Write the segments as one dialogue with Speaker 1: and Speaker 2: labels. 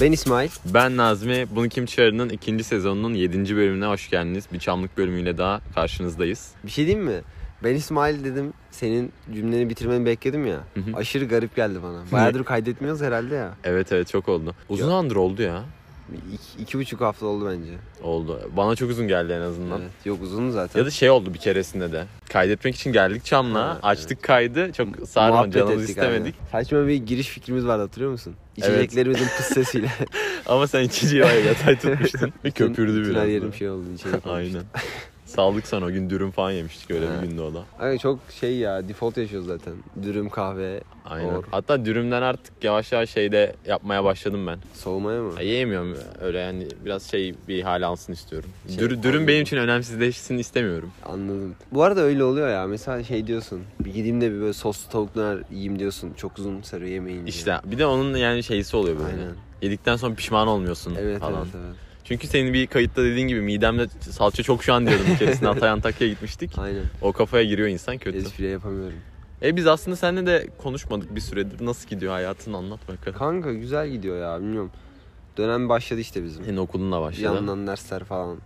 Speaker 1: Ben İsmail.
Speaker 2: Ben Nazmi. Bunu Kim Çağrı'nın ikinci sezonunun 7. bölümüne hoş geldiniz. Bir çamlık bölümüyle daha karşınızdayız.
Speaker 1: Bir şey diyeyim mi? Ben İsmail dedim. Senin cümleni bitirmeni bekledim ya.
Speaker 2: Hı hı.
Speaker 1: Aşırı garip geldi bana. Bayağıdır kaydetmiyoruz herhalde ya.
Speaker 2: Evet evet çok oldu. Uzun andır oldu ya.
Speaker 1: Bir İki, iki buçuk hafta oldu bence.
Speaker 2: Oldu. Bana çok uzun geldi en azından.
Speaker 1: Evet. Yok uzun zaten.
Speaker 2: Ya da şey oldu bir keresinde de. Kaydetmek için geldik Çamlığa.
Speaker 1: Ha,
Speaker 2: açtık kaydı. Çok sarma
Speaker 1: Muhabbet
Speaker 2: canımız
Speaker 1: ettik,
Speaker 2: istemedik.
Speaker 1: aynen. Saçma bir giriş fikrimiz vardı hatırlıyor musun?
Speaker 2: Evet.
Speaker 1: İçeceklerimizin pıs sesiyle.
Speaker 2: Ama sen içiciyi var ya, yatay tutmuştun. Ve
Speaker 1: Bütün-
Speaker 2: köpürdü
Speaker 1: bütün
Speaker 2: biraz.
Speaker 1: Her
Speaker 2: da.
Speaker 1: yerim şey oldu. içecek olmuştu.
Speaker 2: Aynen. Sağlık sana o gün dürüm falan yemiştik öyle
Speaker 1: Ha.
Speaker 2: bir günde o da.
Speaker 1: Ay çok şey ya default yaşıyoruz zaten. Dürüm kahve
Speaker 2: Aynen.
Speaker 1: Doğru.
Speaker 2: Hatta dürümden artık yavaş yavaş şeyde yapmaya başladım ben.
Speaker 1: soğumaya mı?
Speaker 2: Ya Yiyemiyorum öyle yani biraz şey bir hal alsın istiyorum.
Speaker 1: Şey,
Speaker 2: Dür,
Speaker 1: anladım.
Speaker 2: dürüm benim için önemsizleşsin istemiyorum.
Speaker 1: Anladım. Bu arada öyle oluyor ya. Mesela şey diyorsun. Bir gideyim de bir böyle soslu tavuk döner yiyeyim diyorsun. Çok uzun sarıyor yemeğin. diye.
Speaker 2: İşte bir de onun yani şeysi oluyor böyle.
Speaker 1: Aynen.
Speaker 2: Yedikten sonra pişman olmuyorsun
Speaker 1: Evet
Speaker 2: falan.
Speaker 1: evet evet.
Speaker 2: Çünkü senin bir kayıtta dediğin gibi midemde salça çok şu an diyordum içerisinde Hatay Antakya'ya gitmiştik.
Speaker 1: Aynen.
Speaker 2: O kafaya giriyor insan kötü.
Speaker 1: Espri yapamıyorum.
Speaker 2: E biz aslında seninle de konuşmadık bir süredir. Nasıl gidiyor hayatını anlat bakalım.
Speaker 1: Kanka güzel gidiyor ya bilmiyorum. Dönem başladı işte bizim.
Speaker 2: Senin okulun da
Speaker 1: Bir
Speaker 2: başladı.
Speaker 1: Yandan dersler falan.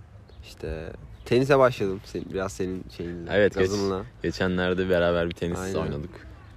Speaker 1: İşte tenise başladım. Senin, biraz senin şeyinle.
Speaker 2: Evet, geç.
Speaker 1: gazınla.
Speaker 2: Geçenlerde beraber bir tenis
Speaker 1: Aynen.
Speaker 2: oynadık.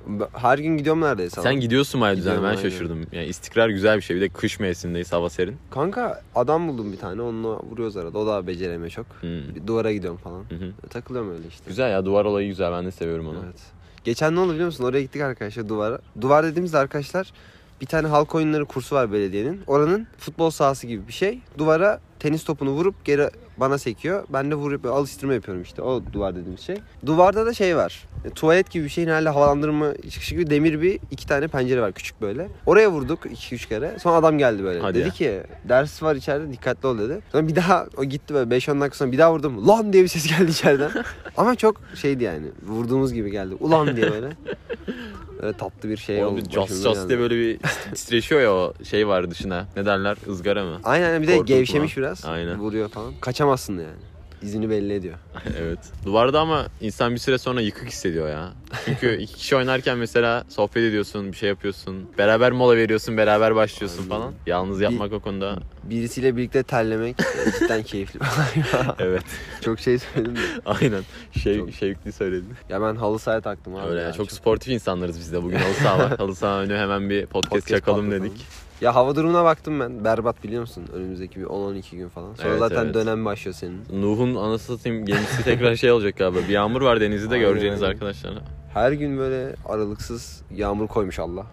Speaker 1: Ben- Her gün gidiyorum neredeyse. ama.
Speaker 2: Sen gidiyorsun bayağı düzenli
Speaker 1: Gidiyorum,
Speaker 2: ben
Speaker 1: aynen.
Speaker 2: şaşırdım. Yani istikrar güzel bir şey. Bir de kış mevsimindeyiz hava serin.
Speaker 1: Kanka adam buldum bir tane. Onunla vuruyoruz arada. O da beceremiyor çok.
Speaker 2: Hmm.
Speaker 1: Bir duvara gidiyorum falan.
Speaker 2: Hı hı.
Speaker 1: Takılıyorum öyle işte.
Speaker 2: Güzel ya duvar olayı güzel ben de seviyorum onu.
Speaker 1: Evet. Geçen ne oldu biliyor musun? Oraya gittik arkadaşlar duvara. Duvar dediğimizde arkadaşlar bir tane halk oyunları kursu var belediyenin. Oranın futbol sahası gibi bir şey. Duvara tenis topunu vurup geri bana sekiyor. Ben de vurup böyle alıştırma yapıyorum işte. O duvar dediğimiz şey. Duvarda da şey var. E, Tuvalet gibi bir şeyin hala havalandırma çıkışı gibi demir bir iki tane pencere var küçük böyle. Oraya vurduk iki üç kere. Sonra adam geldi böyle.
Speaker 2: Hadi
Speaker 1: dedi
Speaker 2: ya.
Speaker 1: ki ders var içeride dikkatli ol dedi. Sonra bir daha o gitti böyle 5-10 dakika sonra bir daha vurdum. Lan diye bir ses geldi içeriden. Ama çok şeydi yani. Vurduğumuz gibi geldi. Ulan diye böyle. Böyle tatlı bir şey
Speaker 2: Oğlum
Speaker 1: oldu.
Speaker 2: bir cas
Speaker 1: başımıza
Speaker 2: cas
Speaker 1: geldi.
Speaker 2: diye böyle bir tit- titreşiyor ya o şey var dışına. Ne derler ızgara mı?
Speaker 1: Aynen aynen. bir de
Speaker 2: Korkunç
Speaker 1: gevşemiş
Speaker 2: lan.
Speaker 1: biraz.
Speaker 2: Aynen.
Speaker 1: Vuruyor falan. Kaçamazsın yani. İzini belli ediyor.
Speaker 2: evet. Duvarda ama insan bir süre sonra yıkık hissediyor ya. Çünkü iki kişi oynarken mesela sohbet ediyorsun, bir şey yapıyorsun. Beraber mola veriyorsun, beraber başlıyorsun
Speaker 1: Aynen.
Speaker 2: falan. Yalnız yapmak o konuda.
Speaker 1: Birisiyle birlikte terlemek e, cidden keyifli.
Speaker 2: evet.
Speaker 1: çok şey söyledim de.
Speaker 2: Aynen. Şey,
Speaker 1: Çok-
Speaker 2: Şevkli söyledin.
Speaker 1: Ya ben halı sahaya taktım abi.
Speaker 2: Öyle
Speaker 1: ya.
Speaker 2: ya. Çok sportif insanlarız biz de bugün. Halı saha var. Halı saha önü hemen bir podcast,
Speaker 1: Podcast
Speaker 2: çakalım
Speaker 1: patlatalım.
Speaker 2: dedik.
Speaker 1: Ya hava durumuna baktım ben. Berbat biliyor musun? Önümüzdeki bir 10-12 gün falan. Sonra
Speaker 2: Evet,
Speaker 1: zaten
Speaker 2: evet.
Speaker 1: dönem başlıyor senin.
Speaker 2: Nuh'un anası satayım gemisi tekrar şey olacak galiba. Bir yağmur var denizde de
Speaker 1: Aynen,
Speaker 2: göreceğiniz
Speaker 1: aynen.
Speaker 2: arkadaşlar.
Speaker 1: Her gün böyle aralıksız yağmur koymuş Allah.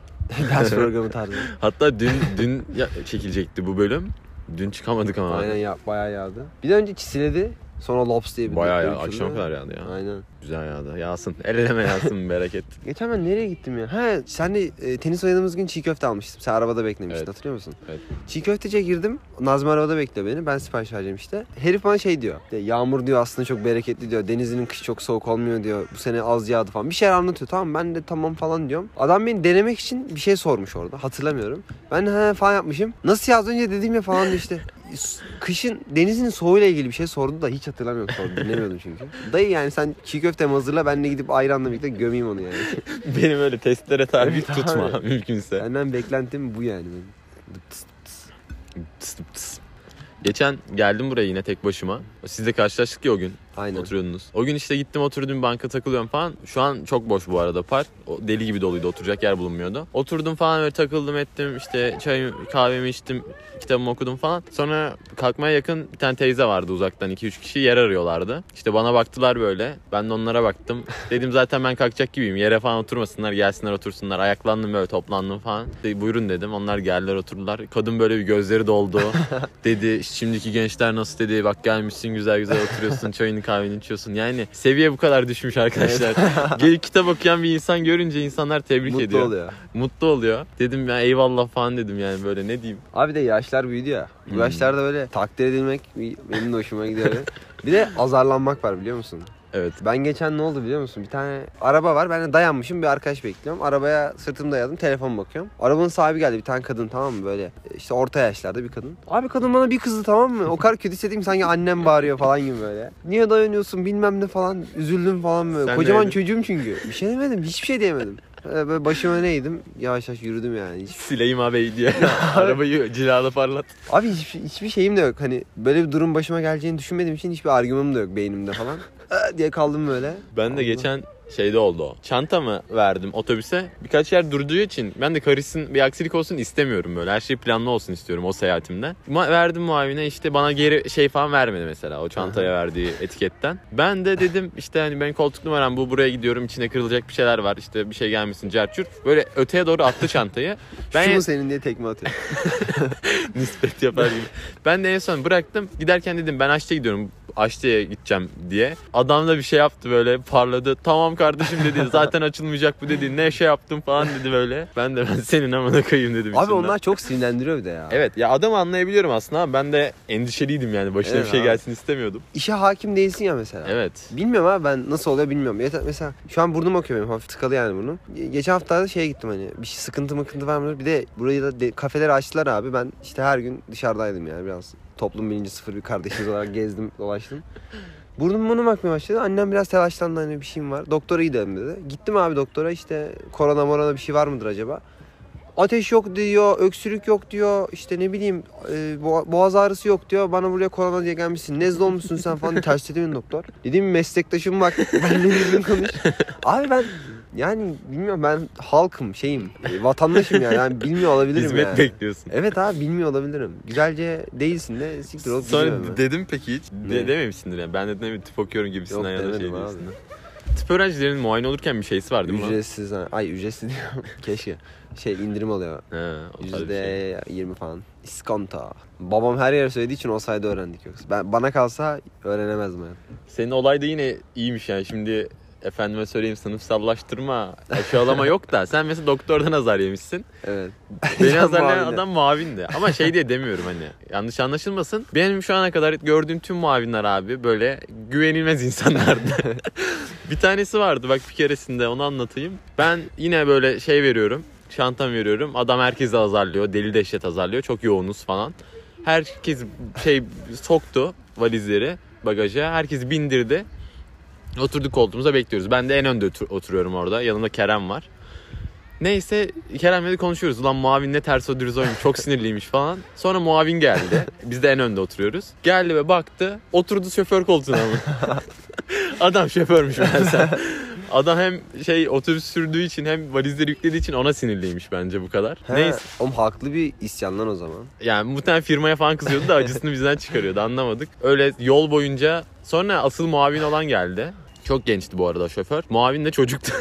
Speaker 1: Ders programı tarzı.
Speaker 2: Hatta dün dün ya- çekilecekti bu bölüm. Dün çıkamadık ama.
Speaker 1: Aynen ya bayağı yağdı. Bir de önce çisiledi. Sonra lops diye bir
Speaker 2: Bayağı ya,
Speaker 1: döküldü.
Speaker 2: akşama kadar yağdı ya.
Speaker 1: Aynen.
Speaker 2: Güzel yağdı. Yağsın. El eleme yağsın bereket.
Speaker 1: Geçen ben nereye gittim ya? He senle e, tenis oynadığımız gün çiğ köfte almıştım. Sen arabada beklemiştin
Speaker 2: Evet.
Speaker 1: hatırlıyor musun?
Speaker 2: Evet.
Speaker 1: Çiğ köfteciye girdim. Nazmi arabada bekliyor beni. Ben sipariş vereceğim işte. Herif bana şey diyor. De, yağmur diyor aslında çok bereketli diyor. Denizinin kışı çok soğuk olmuyor diyor. Bu sene az yağdı falan. Bir şeyler anlatıyor tamam ben de tamam falan diyorum. Adam beni denemek için bir şey sormuş orada. Hatırlamıyorum. Ben de he falan yapmışım. Nasıl ya az önce dediğim ya falan diyor işte. Kışın denizin soğuğuyla ilgili bir şey sordu da hiç hatırlamıyorum sordu. Dinlemiyordum çünkü. Dayı yani sen çiğ köftemi hazırla ben de gidip ayranla birlikte gömeyim onu yani.
Speaker 2: Benim öyle testlere tabi
Speaker 1: Evet,
Speaker 2: tutma
Speaker 1: abi.
Speaker 2: mümkünse.
Speaker 1: Benden beklentim bu yani benim. Tıs, tıs.
Speaker 2: Tıs tıp tıs. Geçen geldim buraya yine tek başıma. Sizle karşılaştık ya o gün.
Speaker 1: Aynen.
Speaker 2: Oturuyordunuz. O gün işte gittim oturdum banka takılıyorum falan. Şu an çok boş bu arada park. O deli gibi doluydu oturacak yer bulunmuyordu. Oturdum falan böyle takıldım ettim işte çayımı kahvemi içtim kitabımı okudum falan. Sonra kalkmaya yakın bir tane teyze vardı uzaktan 2-3 kişi yer arıyorlardı. İşte bana baktılar böyle ben de onlara baktım. Dedim zaten ben kalkacak gibiyim yere falan oturmasınlar gelsinler otursunlar. Ayaklandım böyle toplandım falan. De, Buyurun dedim onlar geldiler oturdular. Kadın böyle bir gözleri doldu. dedi şimdiki gençler nasıl dedi bak gelmişsin güzel güzel oturuyorsun çayını kahveni içiyorsun yani seviye bu kadar düşmüş arkadaşlar gelip kitap okuyan bir insan görünce insanlar tebrik
Speaker 1: Mutlu
Speaker 2: ediyor
Speaker 1: oluyor.
Speaker 2: mutlu oluyor dedim ya eyvallah falan dedim yani böyle ne diyeyim
Speaker 1: Abi de yaşlar büyüdü ya. Bu
Speaker 2: Hmm.
Speaker 1: yaşlarda böyle takdir edilmek benim de hoşuma gidiyor. bir de azarlanmak var biliyor musun?
Speaker 2: evet
Speaker 1: Ben geçen ne oldu biliyor musun? Bir tane araba var. Ben de dayanmışım. Bir arkadaş bekliyorum. Arabaya sırtımı dayadım. Telefon bakıyorum. Arabanın sahibi geldi. Bir tane kadın tamam mı? Böyle e, işte orta yaşlarda bir kadın. Abi kadın bana bir kızdı tamam mı? O kadar kötü hissettim ki sanki annem bağırıyor falan gibi böyle. Niye dayanıyorsun bilmem ne falan. Üzüldüm falan böyle.
Speaker 2: Sen
Speaker 1: Kocaman
Speaker 2: neydin?
Speaker 1: çocuğum çünkü. Bir şey demedim. Hiçbir şey diyemedim. Ee, Böyle başıma ne eğdim? Yavaş yavaş yürüdüm yani. Hiç-
Speaker 2: Sileyim ağabey diye. Arabayı cilada parlat.
Speaker 1: Abi hiçbir, hiçbir şeyim de yok. Hani böyle bir durum başıma geleceğini düşünmediğim için hiçbir argümanım da yok beynimde falan. Ee, diye kaldım böyle.
Speaker 2: Ben de
Speaker 1: Anladım.
Speaker 2: geçen şeyde oldu o. Çanta mı verdim otobüse? Birkaç yer durduğu için ben de karışsın bir aksilik olsun istemiyorum böyle. Her şey planlı olsun istiyorum o seyahatimde. Ma- verdim muavine işte bana geri şey falan vermedi mesela o çantaya verdiği etiketten. Ben de dedim işte hani benim koltuk numaram bu buraya gidiyorum içine kırılacak bir şeyler var işte bir şey gelmesin cerçür. Böyle öteye doğru attı çantayı. Ben
Speaker 1: Şu mu senin diye tekme atıyor.
Speaker 2: nispet yapar gibi. Ben de en son bıraktım. Giderken dedim ben Aşçı'ya gidiyorum. Aşçı'ya gideceğim diye. Adam da bir şey yaptı böyle parladı. Tamam kardeşim dedi. Zaten açılmayacak bu dedi. Ne şey yaptım falan dedi böyle. Ben de ben senin amına koyayım dedim.
Speaker 1: Abi
Speaker 2: içimden.
Speaker 1: onlar çok sinirlendiriyor bir de ya.
Speaker 2: Evet ya adamı anlayabiliyorum aslında ama ben de endişeliydim yani. Başına
Speaker 1: Evet
Speaker 2: bir şey
Speaker 1: abi.
Speaker 2: gelsin istemiyordum.
Speaker 1: İşe hakim değilsin ya mesela.
Speaker 2: Evet.
Speaker 1: Bilmiyorum abi ben nasıl oluyor bilmiyorum. Yeter- Mesela şu an burnum akıyor benim hafif tıkalı yani burnum. Ge- Geçen hafta da şeye gittim hani bir şey sıkıntı mıkıntı var mı? Bir de burayı da de- kafeler açtılar abi. Ben işte her gün dışarıdaydım yani biraz toplum bilinci sıfır bir kardeşimiz olarak gezdim dolaştım. Burnum burnum akmaya başladı. Annem biraz telaşlandı hani bir şeyim var. Doktora gidelim dedi. Gittim abi doktora işte korona morona bir şey var mıdır acaba? Ateş yok diyor, öksürük yok diyor, işte ne bileyim e, boğa- boğaz ağrısı yok diyor. Bana buraya korona diye gelmişsin, nezle olmuşsun sen falan ters dedi beni doktor. Dedim meslektaşım bak, benimle düzgün konuş. Abi ben yani bilmiyorum ben halkım, şeyim, e, vatandaşım yani, yani bilmiyor olabilirim
Speaker 2: Hizmet
Speaker 1: yani.
Speaker 2: bekliyorsun.
Speaker 1: Evet abi bilmiyor olabilirim. Güzelce değilsin de siktir olup
Speaker 2: Sonra
Speaker 1: gidiyorum ben.
Speaker 2: dedim peki hiç. De-
Speaker 1: Ne?
Speaker 2: dememişsindir yani. Ben de dedim tıp okuyorum gibisinden
Speaker 1: Yok,
Speaker 2: ya da şey
Speaker 1: demedim abi.
Speaker 2: gibisinden. Tıp öğrencilerinin muayene olurken bir şeysi var değil mi? lan?
Speaker 1: Ücretsiz ha. Ay ücretsiz diyorum. Keşke. Şey indirim oluyor.
Speaker 2: Ha, o tarz bir şey.
Speaker 1: Yüzde yirmi falan. İskonto. Babam her yere söylediği için o sayede öğrendik yoksa. Ben, bana kalsa öğrenemezdim yani.
Speaker 2: Senin olay da yine iyiymiş yani şimdi efendime söyleyeyim sınıfsallaştırma, aşağılama yok da sen mesela doktordan azar yemişsin.
Speaker 1: Evet.
Speaker 2: Beni
Speaker 1: Sen
Speaker 2: azarlayan
Speaker 1: muavine.
Speaker 2: adam muavindi. Ama şey diye demiyorum hani yanlış anlaşılmasın. Benim şu ana kadar gördüğüm tüm muavinler abi böyle güvenilmez insanlardı. bir tanesi vardı bak bir keresinde onu anlatayım. Ben yine böyle şey veriyorum. Çantam veriyorum. Adam herkesi azarlıyor. Deli dehşet azarlıyor. Çok yoğunuz falan. Herkes şey soktu valizleri bagaja. Herkes bindirdi. Oturduk koltuğumuza bekliyoruz. Ben de en önde otur- oturuyorum orada. Yanımda Kerem var. Neyse Kerem'le de konuşuyoruz. Ulan Muavin ne ters o dürüz oymuş. Çok sinirliymiş falan. Sonra Muavin geldi. Biz de en önde oturuyoruz. Geldi ve baktı. Oturdu şoför koltuğuna mı? Adam şoförmüş meğerse. Adam hem şey otobüs sürdüğü için hem valizleri yüklediği için ona sinirliymiş bence bu kadar.
Speaker 1: He,
Speaker 2: Neyse
Speaker 1: Oğlum haklı bir isyan lan o zaman.
Speaker 2: yani muhtemelen firmaya falan kızıyordu da acısını bizden çıkarıyordu anlamadık. Öyle yol boyunca sonra asıl muavin olan geldi. Çok gençti bu arada şoför. Muavin de çocuktu.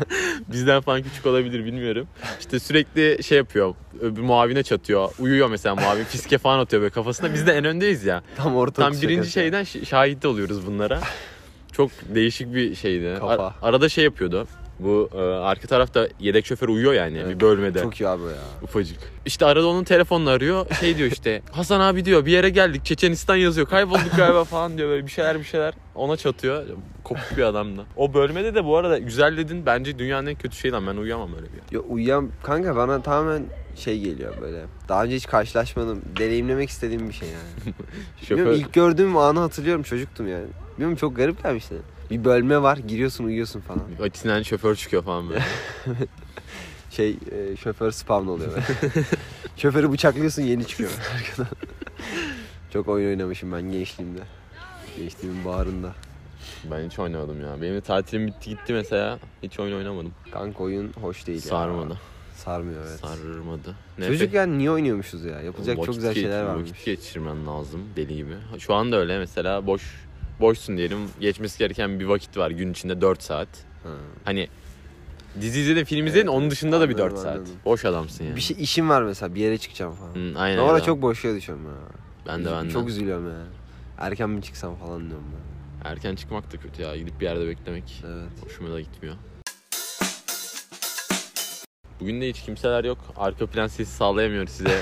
Speaker 2: Bizden falan küçük olabilir bilmiyorum. İşte sürekli şey yapıyor. Öbür muavine çatıyor. Uyuyor mesela muavin. Fiske falan atıyor böyle kafasına. Biz de en öndeyiz ya.
Speaker 1: Tam orta
Speaker 2: Tam
Speaker 1: okul
Speaker 2: birinci
Speaker 1: şakası.
Speaker 2: şeyden şi- şahit oluyoruz bunlara. Çok değişik bir şeydi. Ar-
Speaker 1: Kafa.
Speaker 2: arada şey yapıyordu. Bu e, arka tarafta yedek şoför uyuyor yani bir bölmede.
Speaker 1: Çok iyi abi ya.
Speaker 2: Ufacık. İşte arada onun telefonunu arıyor. Şey diyor işte. Hasan abi diyor bir yere geldik. Çeçenistan yazıyor. Kaybolduk galiba falan diyor. Böyle bir şeyler bir şeyler. Ona çatıyor. Kopuk bir adamla. O bölmede de bu arada güzel dedin. Bence dünyanın en kötü şeyi lan. Ben uyuyamam öyle bir yer.
Speaker 1: Yo, uyuyan kanka bana tamamen şey geliyor böyle. Daha önce hiç karşılaşmadım. Deneyimlemek istediğim bir şey yani. Bilmiyorum,
Speaker 2: Şoför-
Speaker 1: ilk gördüğüm anı hatırlıyorum çocuktum yani. Bilmiyorum çok garip gelmişti. Bir bölme var giriyorsun uyuyorsun falan.
Speaker 2: Açısından Hani şoför çıkıyor falan böyle.
Speaker 1: Şey e, şoför spawn oluyor. böyle. Şoförü bıçaklıyorsun yeni çıkıyor arkadan. Çok oyun oynamışım ben gençliğimde. Gençliğimin baharında.
Speaker 2: Ben hiç oynamadım ya. Benim de tatilim bitti gitti mesela. Hiç oyun oynamadım.
Speaker 1: Kanka oyun hoş değil ya.
Speaker 2: Sarmadı.
Speaker 1: Sarmıyor evet.
Speaker 2: Sarmadı.
Speaker 1: Çocukken niye oynuyormuşuz ya? Yapılacak çok
Speaker 2: Vakit
Speaker 1: güzel şeyler
Speaker 2: geçir-
Speaker 1: varmış.
Speaker 2: Vakit geçirmen lazım deli gibi. Şu anda öyle mesela boş boşsun diyelim. Geçmesi gereken bir vakit var gün içinde 4 saat.
Speaker 1: Ha.
Speaker 2: Hani dizi izledin, film izledin
Speaker 1: Evet,
Speaker 2: onun dışında da bir 4
Speaker 1: anladım,
Speaker 2: saat.
Speaker 1: anladım.
Speaker 2: Boş adamsın yani.
Speaker 1: Bir şey işim var mesela bir yere çıkacağım falan.
Speaker 2: Hı, aynen.
Speaker 1: Ben orada
Speaker 2: öyle.
Speaker 1: çok boşluğa düşüyorum ya.
Speaker 2: ben de ben de.
Speaker 1: Çok üzülüyorum ya. Erken mi çıksam falan diyorum ben.
Speaker 2: Erken çıkmak da kötü ya. Gidip bir yerde beklemek.
Speaker 1: Evet.
Speaker 2: Hoşuma da gitmiyor. Bugün de hiç kimseler yok. Arka plan sesi sağlayamıyor size.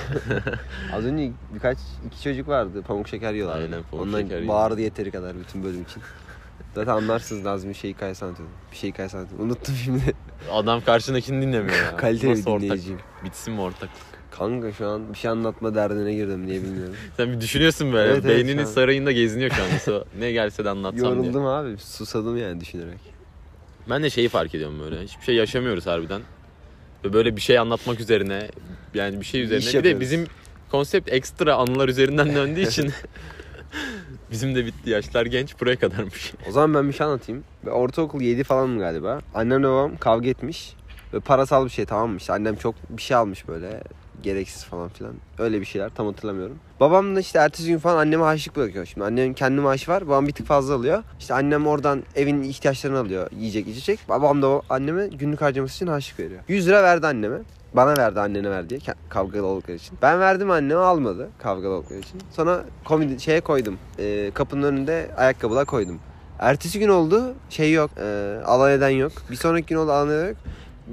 Speaker 1: Az önce birkaç iki çocuk vardı. Pamuk şeker yiyorlar.
Speaker 2: Aynen, pamuk
Speaker 1: Ondan
Speaker 2: şeker yiyor.
Speaker 1: bağırdı yeteri kadar bütün bölüm için. Zaten anlarsınız Nazmi şey hikayesi anlatıyordum. Bir şey hikayesi anlatıyordum. Unuttum şimdi.
Speaker 2: Adam karşındakini dinlemiyor ya.
Speaker 1: Kaliteli bir
Speaker 2: Nasıl ortak?
Speaker 1: dinleyiciyim.
Speaker 2: Bitsin mi ortak?
Speaker 1: Kanka şu an bir şey anlatma derdine girdim diye bilmiyorum.
Speaker 2: Sen bir düşünüyorsun böyle.
Speaker 1: Evet, evet,
Speaker 2: Beyninin
Speaker 1: şu an.
Speaker 2: sarayında geziniyor şu an. Nasıl- ne gelse de anlatsam diye.
Speaker 1: Yoruldum abi. Susadım yani düşünerek.
Speaker 2: Ben de şeyi fark ediyorum böyle. Hiçbir şey yaşamıyoruz harbiden. Ve böyle bir şey anlatmak üzerine yani bir şey üzerine. bir de
Speaker 1: yapıyoruz.
Speaker 2: bizim konsept ekstra anılar üzerinden döndüğü için bizim de bitti. Yaşlar genç buraya kadarmış.
Speaker 1: O zaman ben bir şey anlatayım. Ve ortaokul 7 falan galiba. Annemle babam kavga etmiş. Ve parasal bir şey tamam mı? İşte annem çok bir şey almış böyle. Gereksiz falan filan. Öyle bir şeyler tam hatırlamıyorum. Babam da işte ertesi gün falan anneme harçlık bırakıyor. Şimdi annemin kendi maaşı var. Babam bir tık fazla alıyor. İşte annem oradan evin ihtiyaçlarını alıyor. Yiyecek içecek. Babam da o- anneme günlük harcaması için harçlık veriyor. 100 lira verdi anneme. Bana verdi annene ver diye ke- kavgalı oldukları için. Ben verdim anneme almadı kavgalı oldukları için. Sonra komedi şeye koydum. Ee, kapının önünde ayakkabılar koydum. Ertesi gün oldu şey yok e, alay eden yok. Bir sonraki gün oldu alay eden yok.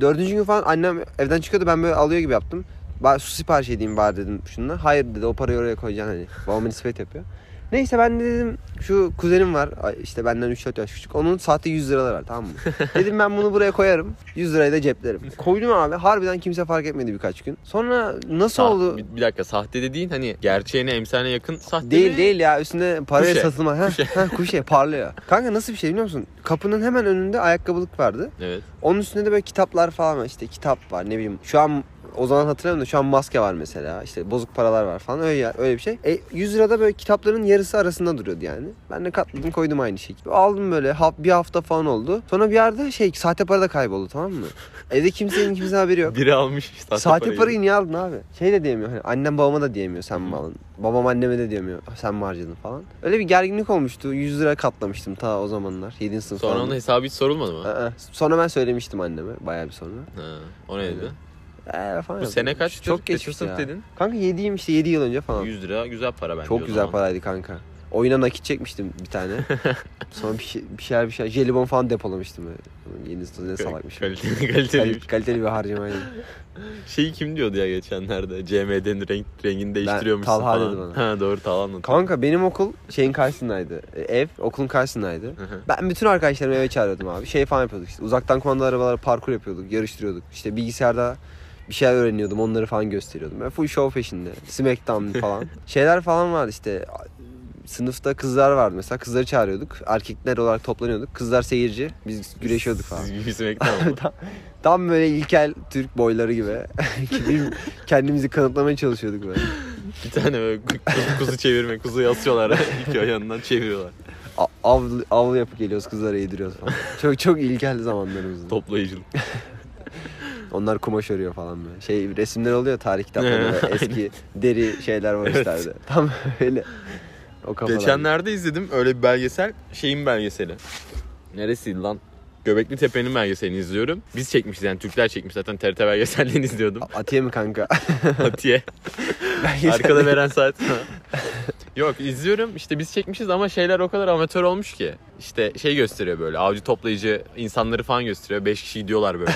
Speaker 1: Dördüncü gün falan annem evden çıkıyordu ben böyle alıyor gibi yaptım. Ba su sipariş edeyim bari dedim şununla. Hayır dedi o parayı oraya koyacaksın hani. Babama nispet yapıyor. Neyse ben de dedim şu kuzenim var ay, işte benden 3-4 yaş küçük. Onun sahte 100 liralar var tamam mı? Dedim ben bunu buraya koyarım. 100 lirayı da ceplerim. Koydum abi harbiden kimse fark etmedi birkaç gün. Sonra nasıl
Speaker 2: Sa-
Speaker 1: oldu?
Speaker 2: Ah, Bir, bir dakika sahte dediğin hani gerçeğine emsane yakın sahte
Speaker 1: Değil
Speaker 2: mi?
Speaker 1: değil ya üstüne paraya
Speaker 2: Kuşe.
Speaker 1: satılma. Ha,
Speaker 2: Kuşe.
Speaker 1: ha, kuşe parlıyor. Kanka nasıl bir şey biliyor musun? Kapının hemen önünde ayakkabılık vardı.
Speaker 2: Evet.
Speaker 1: Onun üstünde de böyle kitaplar falan var. İşte kitap var ne bileyim. Şu an o zaman hatırlamıyorum da şu an maske var mesela. İşte bozuk paralar var falan öyle ya- öyle bir şey. E, 100 lirada böyle kitapların yarısı arasında duruyordu yani. Ben de katladım koydum aynı şekilde. Aldım böyle hap, bir hafta falan oldu. Sonra bir yerde şey sahte para da kayboldu tamam mı? Evde kimsenin kimsenin haberi yok.
Speaker 2: Biri almış sahte,
Speaker 1: Sahte parayı.
Speaker 2: parayı.
Speaker 1: niye aldın abi? Şey de diyemiyor. Hani annem babama da diyemiyor sen mi aldın? Babam anneme de diyemiyor sen mi harcadın falan. Öyle bir gerginlik olmuştu. 100 lira katlamıştım ta o zamanlar. 7. sınıf
Speaker 2: Sonra
Speaker 1: falan.
Speaker 2: onun hesabı hiç sorulmadı mı?
Speaker 1: Aa, Sonra ben söylemiştim anneme bayağı bir sonra.
Speaker 2: Ha, o neydi?
Speaker 1: Aynen. Ee, falan
Speaker 2: Bu
Speaker 1: yazdım.
Speaker 2: sene kaç?
Speaker 1: Çok
Speaker 2: geçmiş
Speaker 1: geçmişti
Speaker 2: sınıf
Speaker 1: ya.
Speaker 2: dedin.
Speaker 1: Kanka 7'yim işte 7 yıl önce falan.
Speaker 2: 100 lira güzel para bence o
Speaker 1: Çok güzel
Speaker 2: zaman.
Speaker 1: paraydı kanka. Oyuna nakit çekmiştim bir tane. sonra bir, şey, bir şeyler bir şeyler jelibon falan depolamıştım. böyle. Yeni sınıf ne
Speaker 2: Kal-
Speaker 1: salakmışım.
Speaker 2: Kaliteli, şey.
Speaker 1: Kal-
Speaker 2: kaliteli.
Speaker 1: şey. kaliteli bir harcamaydı.
Speaker 2: Şeyi kim diyordu ya geçenlerde? CMD'nin renk, rengini değiştiriyormuşsun
Speaker 1: Talha
Speaker 2: falan.
Speaker 1: dedi bana.
Speaker 2: Ha doğru Talha anlattı.
Speaker 1: Kanka benim okul şeyin karşısındaydı. E, Ev okulun karşısındaydı.
Speaker 2: Hı hı.
Speaker 1: Ben bütün arkadaşlarımı eve çağırıyordum abi. Şey falan yapıyorduk işte. Uzaktan kumandalı arabalara parkur yapıyorduk, yarıştırıyorduk. İşte bilgisayarda bir şeyler öğreniyordum, onları falan gösteriyordum. Ben full show peşinde. Smackdown falan. Şeyler falan vardı işte. Sınıfta kızlar vardı mesela. Kızları çağırıyorduk. Erkekler olarak toplanıyorduk. Kızlar seyirci. Biz güreşiyorduk falan.
Speaker 2: Siz gülmekten mi?
Speaker 1: tam, tam böyle ilkel Türk boyları gibi. Bizim Kendimizi kanıtlamaya çalışıyorduk böyle.
Speaker 2: Bir tane böyle kuzu, kuzu çevirme, kuzuyu asıyorlar. İki yanından çeviriyorlar.
Speaker 1: A- av, av yapıp geliyoruz kızlara yediriyoruz falan. çok çok ilkel zamanlarımızdı.
Speaker 2: Toplayıcılık.
Speaker 1: Onlar kumaş örüyor falan böyle. Şey resimler oluyor tarih kitaplarında
Speaker 2: Evet,
Speaker 1: böyle eski deri şeyler var
Speaker 2: Evet.
Speaker 1: üstlerde. Tam öyle. O kafalar.
Speaker 2: Geçenlerde izledim öyle bir belgesel. Şeyin belgeseli. Neresiydi lan? Göbekli Tepe'nin belgeselini izliyorum. Biz çekmişiz yani Türkler çekmiş zaten TRT belgesellerini izliyordum.
Speaker 1: A- Atiye mi kanka?
Speaker 2: Atiye.
Speaker 1: Belgesel-
Speaker 2: Arkada veren saat. Yok izliyorum işte biz çekmişiz ama şeyler o kadar amatör olmuş ki. İşte şey gösteriyor böyle avcı toplayıcı insanları falan gösteriyor. Beş kişi gidiyorlar böyle.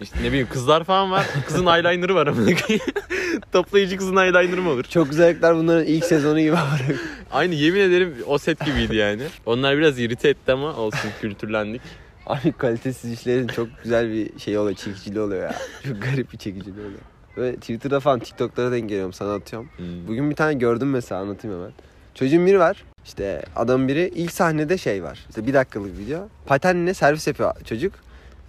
Speaker 2: İşte ne bileyim kızlar falan var. Kızın eyeliner'ı var amına koyayım. toplayıcı kızın eyeliner'ı mı olur?
Speaker 1: Çok güzellikler bunların ilk sezonu gibi var.
Speaker 2: Aynı yemin ederim o set gibiydi yani. Onlar biraz irite etti ama olsun kültürlendik.
Speaker 1: Abi kalitesiz işlerin çok güzel bir şey oluyor. Çekiciliği oluyor ya. Çok garip bir çekiciliği oluyor. Böyle Twitter'da falan TikTok'lara denk geliyorum sana atıyorum.
Speaker 2: Hmm.
Speaker 1: Bugün bir tane gördüm mesela anlatayım hemen. Çocuğun biri var. İşte adam biri ilk sahnede şey var. İşte bir dakikalık video. Patenle servis yapıyor çocuk.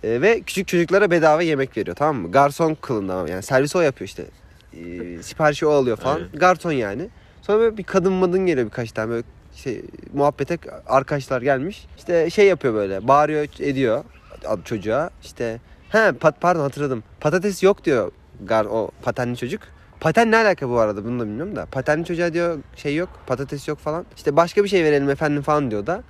Speaker 1: Ee, ve küçük çocuklara bedava yemek veriyor tamam mı? Garson kılında ama yani servisi o yapıyor işte. Ee, siparişi o alıyor falan.
Speaker 2: Aynen.
Speaker 1: Garson yani. Sonra böyle bir kadın madın geliyor birkaç tane böyle şey, muhabbete arkadaşlar gelmiş. İşte şey yapıyor böyle bağırıyor ediyor ad- çocuğa. İşte he pat, pardon hatırladım. Patates yok diyor gar o patenli çocuk. Paten ne alaka bu arada bunu da bilmiyorum da. Patenli çocuğa diyor şey yok patates yok falan. İşte başka bir şey verelim efendim falan diyor da.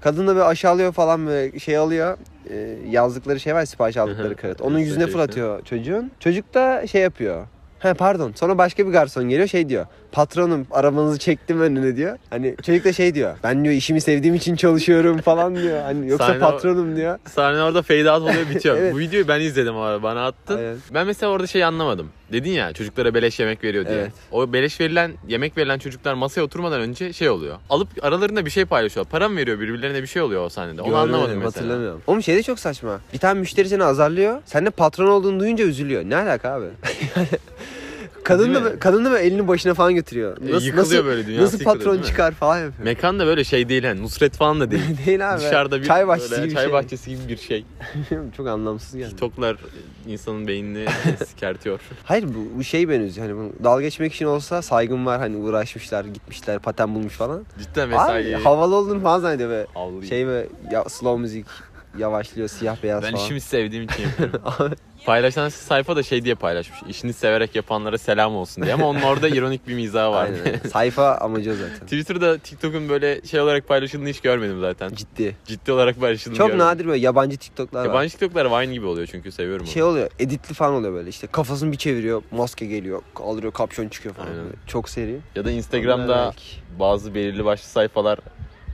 Speaker 1: Kadın da böyle aşağılıyor falan böyle şey alıyor. e, yazdıkları şey var sipariş aldıkları kağıt. Onun
Speaker 2: Üstüne
Speaker 1: yüzüne
Speaker 2: şey
Speaker 1: fırlatıyor çocuğun. Çocuk da şey yapıyor. He pardon. Sonra başka bir garson geliyor şey diyor. Patronum arabanızı çektim önüne diyor. Hani çocuk da şey diyor. Ben diyor işimi sevdiğim için çalışıyorum falan diyor. Hani yoksa
Speaker 2: Sahne-
Speaker 1: patronum diyor.
Speaker 2: Sahne orada fade out oluyor bitiyor.
Speaker 1: Evet.
Speaker 2: Bu videoyu ben izledim o ara bana attın.
Speaker 1: Evet.
Speaker 2: Ben mesela orada şey anlamadım. Dedin ya çocuklara beleş yemek veriyor diye.
Speaker 1: Evet.
Speaker 2: O beleş verilen yemek verilen çocuklar masaya oturmadan önce şey oluyor. Alıp aralarında bir şey paylaşıyorlar. Para mı veriyor birbirlerine bir şey oluyor o sahnede. Onu
Speaker 1: Görmedim,
Speaker 2: anlamadım mesela.
Speaker 1: Hatırlamıyorum. Oğlum şey de çok saçma. Bir tane müşteri seni azarlıyor. Sen de patron olduğunu duyunca üzülüyor. Ne alaka abi? Kadın
Speaker 2: Değil
Speaker 1: da,
Speaker 2: mi?
Speaker 1: böyle- kadın da böyle elini başına falan götürüyor.
Speaker 2: E,
Speaker 1: Nasıl,
Speaker 2: yıkılıyor
Speaker 1: nasıl,
Speaker 2: böyle dünya.
Speaker 1: nasıl patron çıkar falan yapıyor.
Speaker 2: Mekan da böyle şey değil hani Nusret falan da değil.
Speaker 1: Değil abi.
Speaker 2: Dışarıda bir
Speaker 1: çay bahçesi
Speaker 2: böyle
Speaker 1: gibi bir
Speaker 2: çay
Speaker 1: şey.
Speaker 2: bahçesi gibi bir şey.
Speaker 1: Çok anlamsız geldi.
Speaker 2: TikTok'lar insanın beynini sikertiyor.
Speaker 1: Hayır bu, bu şey ben üzüyor. Hani bunu dalga geçmek için olsa saygım var. Hani uğraşmışlar, gitmişler, paten bulmuş falan.
Speaker 2: Cidden
Speaker 1: Abi
Speaker 2: mesai.
Speaker 1: havalı olduğunu falan zannediyor be.
Speaker 2: Avlayayım.
Speaker 1: Şey mi ya, slow müzik yavaşlıyor siyah beyaz
Speaker 2: ben
Speaker 1: falan.
Speaker 2: işimi sevdiğim için yapıyorum. Paylaşan sayfa da şey diye paylaşmış. İşini severek yapanlara selam olsun diye ama onun orada ironik bir mizahı var.
Speaker 1: Aynen. Sayfa amacı o zaten.
Speaker 2: Twitter'da TikTok'un böyle şey olarak paylaşıldığını hiç görmedim zaten.
Speaker 1: Ciddi.
Speaker 2: Ciddi olarak paylaşıldığını
Speaker 1: Çok
Speaker 2: görmedim.
Speaker 1: nadir böyle yabancı TikTok'lar var.
Speaker 2: Yabancı TikTok'lar Vine gibi oluyor çünkü seviyorum onu.
Speaker 1: Şey oluyor, editli falan oluyor böyle işte. Kafasını bir çeviriyor, maske geliyor, kaldırıyor, kapşon çıkıyor falan.
Speaker 2: Aynen.
Speaker 1: Böyle. Çok seri.
Speaker 2: Ya da Instagram'da
Speaker 1: Onlar
Speaker 2: bazı belirli başlı sayfalar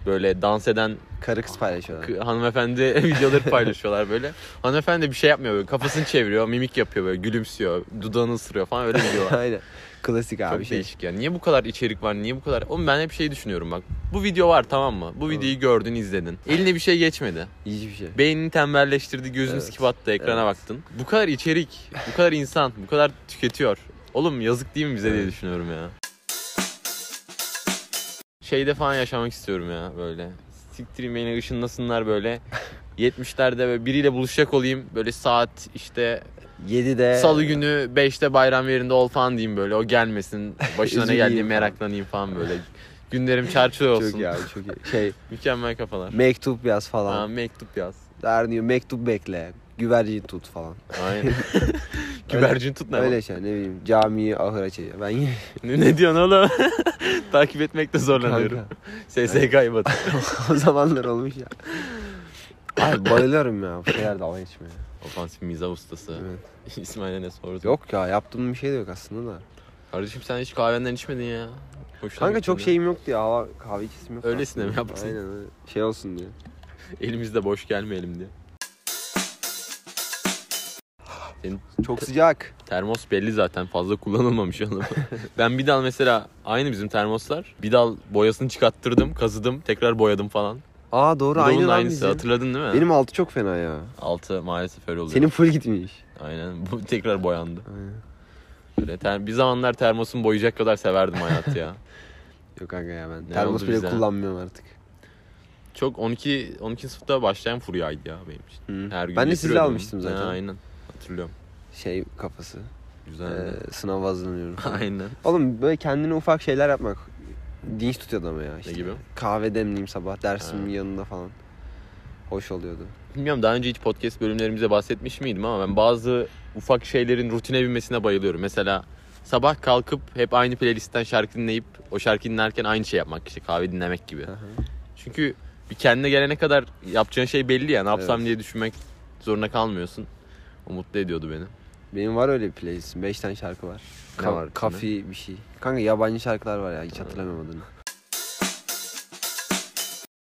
Speaker 2: böyle dans eden
Speaker 1: Karı kız paylaşıyorlar.
Speaker 2: k- hanımefendi videoları paylaşıyorlar böyle. Hanımefendi bir şey yapmıyor böyle kafasını çeviriyor, mimik yapıyor böyle gülümsüyor, dudağını ısırıyor falan öyle videolar.
Speaker 1: Aynen. Klasik abi
Speaker 2: Çok
Speaker 1: şey.
Speaker 2: değişik yani. Niye bu kadar içerik var? Niye bu kadar? Oğlum ben hep şey düşünüyorum bak. Bu video var tamam mı? Bu videoyu gördün, izledin. Eline bir şey geçmedi.
Speaker 1: Hiçbir şey.
Speaker 2: Beynini tembelleştirdi, gözünü
Speaker 1: Evet.
Speaker 2: skip attı, ekrana
Speaker 1: Evet.
Speaker 2: baktın. Bu kadar içerik, bu kadar insan, bu kadar tüketiyor. Oğlum yazık değil mi bize diye düşünüyorum ya. Şeyde falan yaşamak istiyorum ya böyle. Siktireyim beni ışınlasınlar böyle. 70'lerde böyle biriyle buluşacak olayım. Böyle saat işte
Speaker 1: 7'de
Speaker 2: salı günü 5'te bayram yerinde ol falan diyeyim böyle. O gelmesin. Başına ne geldiğini
Speaker 1: Üzüleyim falan.
Speaker 2: meraklanayım falan böyle. Günlerim çarçur
Speaker 1: çok
Speaker 2: olsun.
Speaker 1: iyi abi çok iyi. Şey
Speaker 2: Mükemmel kafalar.
Speaker 1: mektup yaz
Speaker 2: Aa,
Speaker 1: falan.
Speaker 2: mektup yaz.
Speaker 1: Der diyor mektup bekle. Güvercin tut falan.
Speaker 2: Aynen. Güvercin tut ne?
Speaker 1: Öyle şey ne bileyim camiyi ahıra çeviriyor. Ben yine
Speaker 2: Ne, ne diyorsun oğlum? Takip etmekte zorlanıyorum.
Speaker 1: Kanka,
Speaker 2: SSK'yı batır.
Speaker 1: o zamanlar olmuş ya. Abi bayılıyorum ya. Bu şeyler dalga geçmiyor.
Speaker 2: Ofansif mizah ustası.
Speaker 1: Evet.
Speaker 2: İsmail'e ne sordu?
Speaker 1: Yok ya yaptığım bir şey de yok aslında da.
Speaker 2: Kardeşim sen hiç kahvenden içmedin ya. Hoşuna
Speaker 1: Kanka
Speaker 2: gitmedi.
Speaker 1: çok şeyim yok diye hava kahve içesim yok.
Speaker 2: Öylesine mi
Speaker 1: aslında.
Speaker 2: yaptın?
Speaker 1: Aynen öyle. Şey olsun diye.
Speaker 2: Elimizde boş gelmeyelim diye.
Speaker 1: Çok sıcak.
Speaker 2: Termos belli zaten fazla kullanılmamış oğlum. ben bir dal mesela aynı bizim termoslar. Bir dal boyasını çıkarttırdım, kazıdım, tekrar boyadım falan.
Speaker 1: Aa
Speaker 2: Bu
Speaker 1: doğru
Speaker 2: da
Speaker 1: aynı
Speaker 2: onun
Speaker 1: lan
Speaker 2: aynısı
Speaker 1: bizim.
Speaker 2: hatırladın değil mi?
Speaker 1: Benim altı çok fena ya.
Speaker 2: Altı maalesef öyle oluyor.
Speaker 1: Senin full gitmiş.
Speaker 2: Aynen bu tekrar boyandı.
Speaker 1: Aynen.
Speaker 2: Böyle ter- bir zamanlar termosun boyayacak kadar severdim hayatı ya.
Speaker 1: Yok kanka ya ben
Speaker 2: Ne
Speaker 1: termos
Speaker 2: oldu
Speaker 1: bile
Speaker 2: bize?
Speaker 1: kullanmıyorum artık.
Speaker 2: Çok 12 12. sınıfta başlayan furyaydı ya benim için.
Speaker 1: Hı.
Speaker 2: Her gün
Speaker 1: ben de sizle
Speaker 2: getiriyordum.
Speaker 1: almıştım zaten.
Speaker 2: Ha, aynen. Hatırlıyorum.
Speaker 1: Şey kafası. Ee,
Speaker 2: Güzeldi.
Speaker 1: sınav hazırlanıyorum.
Speaker 2: aynen.
Speaker 1: Oğlum böyle kendine ufak şeyler yapmak dinç tutuyordu ama ya. işte.
Speaker 2: Ne gibi?
Speaker 1: Kahve demleyeyim sabah dersimin
Speaker 2: Ha.
Speaker 1: yanında falan. Hoş oluyordu.
Speaker 2: Bilmiyorum daha önce hiç podcast bölümlerimize bahsetmiş miydim ama ben bazı ufak şeylerin rutine binmesine bayılıyorum. Mesela sabah kalkıp hep aynı playlistten şarkı dinleyip o şarkı dinlerken aynı şey yapmak işte kahve dinlemek gibi.
Speaker 1: Hı hı.
Speaker 2: Çünkü bir kendine gelene kadar yapacağın şey belli ya ne yapsam
Speaker 1: Evet.
Speaker 2: diye düşünmek zorunda kalmıyorsun. O mutlu ediyordu beni.
Speaker 1: Benim var öyle bir playlistim. 5 tane şarkı var.
Speaker 2: Ne
Speaker 1: Ka-
Speaker 2: var içinde?
Speaker 1: Kafi bir şey. Ee. Kanka yabancı şarkılar var ya hiç hatırlamıyorum adını.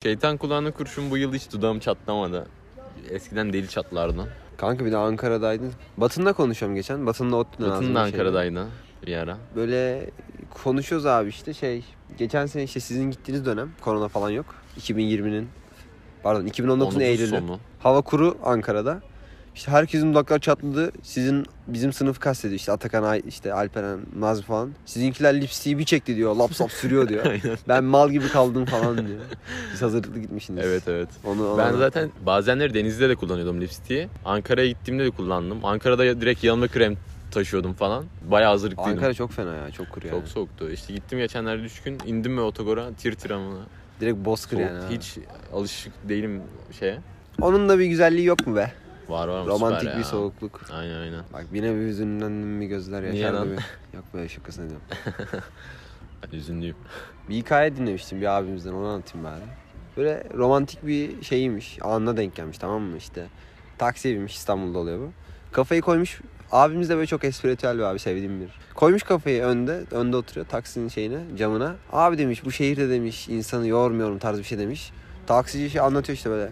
Speaker 2: Şeytan kulağına kurşun bu yıl hiç dudağım çatlamadı. Eskiden deli çatlardı.
Speaker 1: Kanka bir de Ankara'daydın. Batın'la konuşuyorum geçen. Batın'la Otlu'dan
Speaker 2: Batın da Ankara'daydı bir ara.
Speaker 1: şey- Böyle konuşuyoruz abi işte şey. Geçen sene işte sizin gittiğiniz dönem. Korona falan yok. 2020'nin pardon 2019'un
Speaker 2: 19
Speaker 1: Eylül'ü.
Speaker 2: sonu.
Speaker 1: Hava kuru Ankara'da. İşte herkesin dudakları çatladı. Sizin bizim sınıfı kastediyor. İşte Atakan, Ay- işte Alperen, Nazmi falan. Sizinkiler lipstiği bir çekti diyor. Lap sap sürüyor diyor.
Speaker 2: Aynen.
Speaker 1: ben mal gibi kaldım falan diyor. Siz hazırlıklı gitmişsiniz.
Speaker 2: Evet evet.
Speaker 1: Onu, onu
Speaker 2: Ben zaten bazenleri denizde de kullanıyordum lipstiği. Ankara'ya gittiğimde de kullandım. Ankara'da ya- direkt yanıma krem taşıyordum falan. Bayağı hazırlıklıydım.
Speaker 1: Ankara çok fena ya. Çok kuru yani.
Speaker 2: Çok soğuktu. İşte gittim geçenlerde üç gün indim ve otogora tir tir amına.
Speaker 1: Direkt bozkır
Speaker 2: Soğuk.
Speaker 1: yani. ha.
Speaker 2: Hiç alışık değilim şeye.
Speaker 1: Onun da bir güzelliği yok mu be?
Speaker 2: Var var ama
Speaker 1: Romantik
Speaker 2: süper
Speaker 1: bir
Speaker 2: ya.
Speaker 1: soğukluk.
Speaker 2: Aynen aynen.
Speaker 1: Bak yine bir hüzünlendim bir gözler
Speaker 2: Niye
Speaker 1: yaşardı
Speaker 2: lan?
Speaker 1: bir. Yok be şakasını diyorum.
Speaker 2: Üzünlüyüm.
Speaker 1: Bir hikaye dinlemiştim bir abimizden onu anlatayım bari. Böyle romantik bir şeymiş. Anına denk gelmiş tamam mı işte. Taksiye binmiş İstanbul'da oluyor bu. Kafayı koymuş. Abimiz de böyle çok espiritüel bir abi sevdiğim bir. Koymuş kafayı önde. Önde oturuyor taksinin şeyine camına. Abi demiş bu şehirde demiş insanı yormuyorum tarzı bir şey demiş. Taksici şey anlatıyor işte böyle.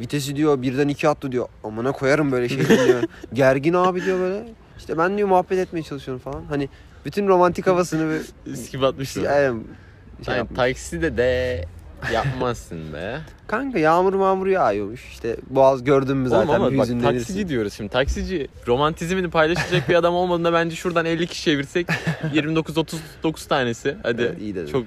Speaker 1: Vitesi diyor birden iki attı diyor. Amına koyarım böyle şey diyor. Gergin abi diyor böyle. İşte ben diyor muhabbet etmeye çalışıyorum falan. Hani bütün romantik havasını böyle
Speaker 2: Skip atmıştım.
Speaker 1: yani şey
Speaker 2: Aynen,
Speaker 1: yapmış.
Speaker 2: taksi de de Yapmazsın be.
Speaker 1: Kanka yağmur mağmur yağıyormuş. İşte boğaz gördün mü zaten
Speaker 2: Oğlum ama
Speaker 1: bir
Speaker 2: bak
Speaker 1: hüzünlenirsin.
Speaker 2: taksici diyoruz şimdi. Taksici romantizmini paylaşacak bir adam olmadığında bence şuradan 50 kişi çevirsek 29-39 tanesi. Hadi
Speaker 1: Evet, iyi dedin.
Speaker 2: çok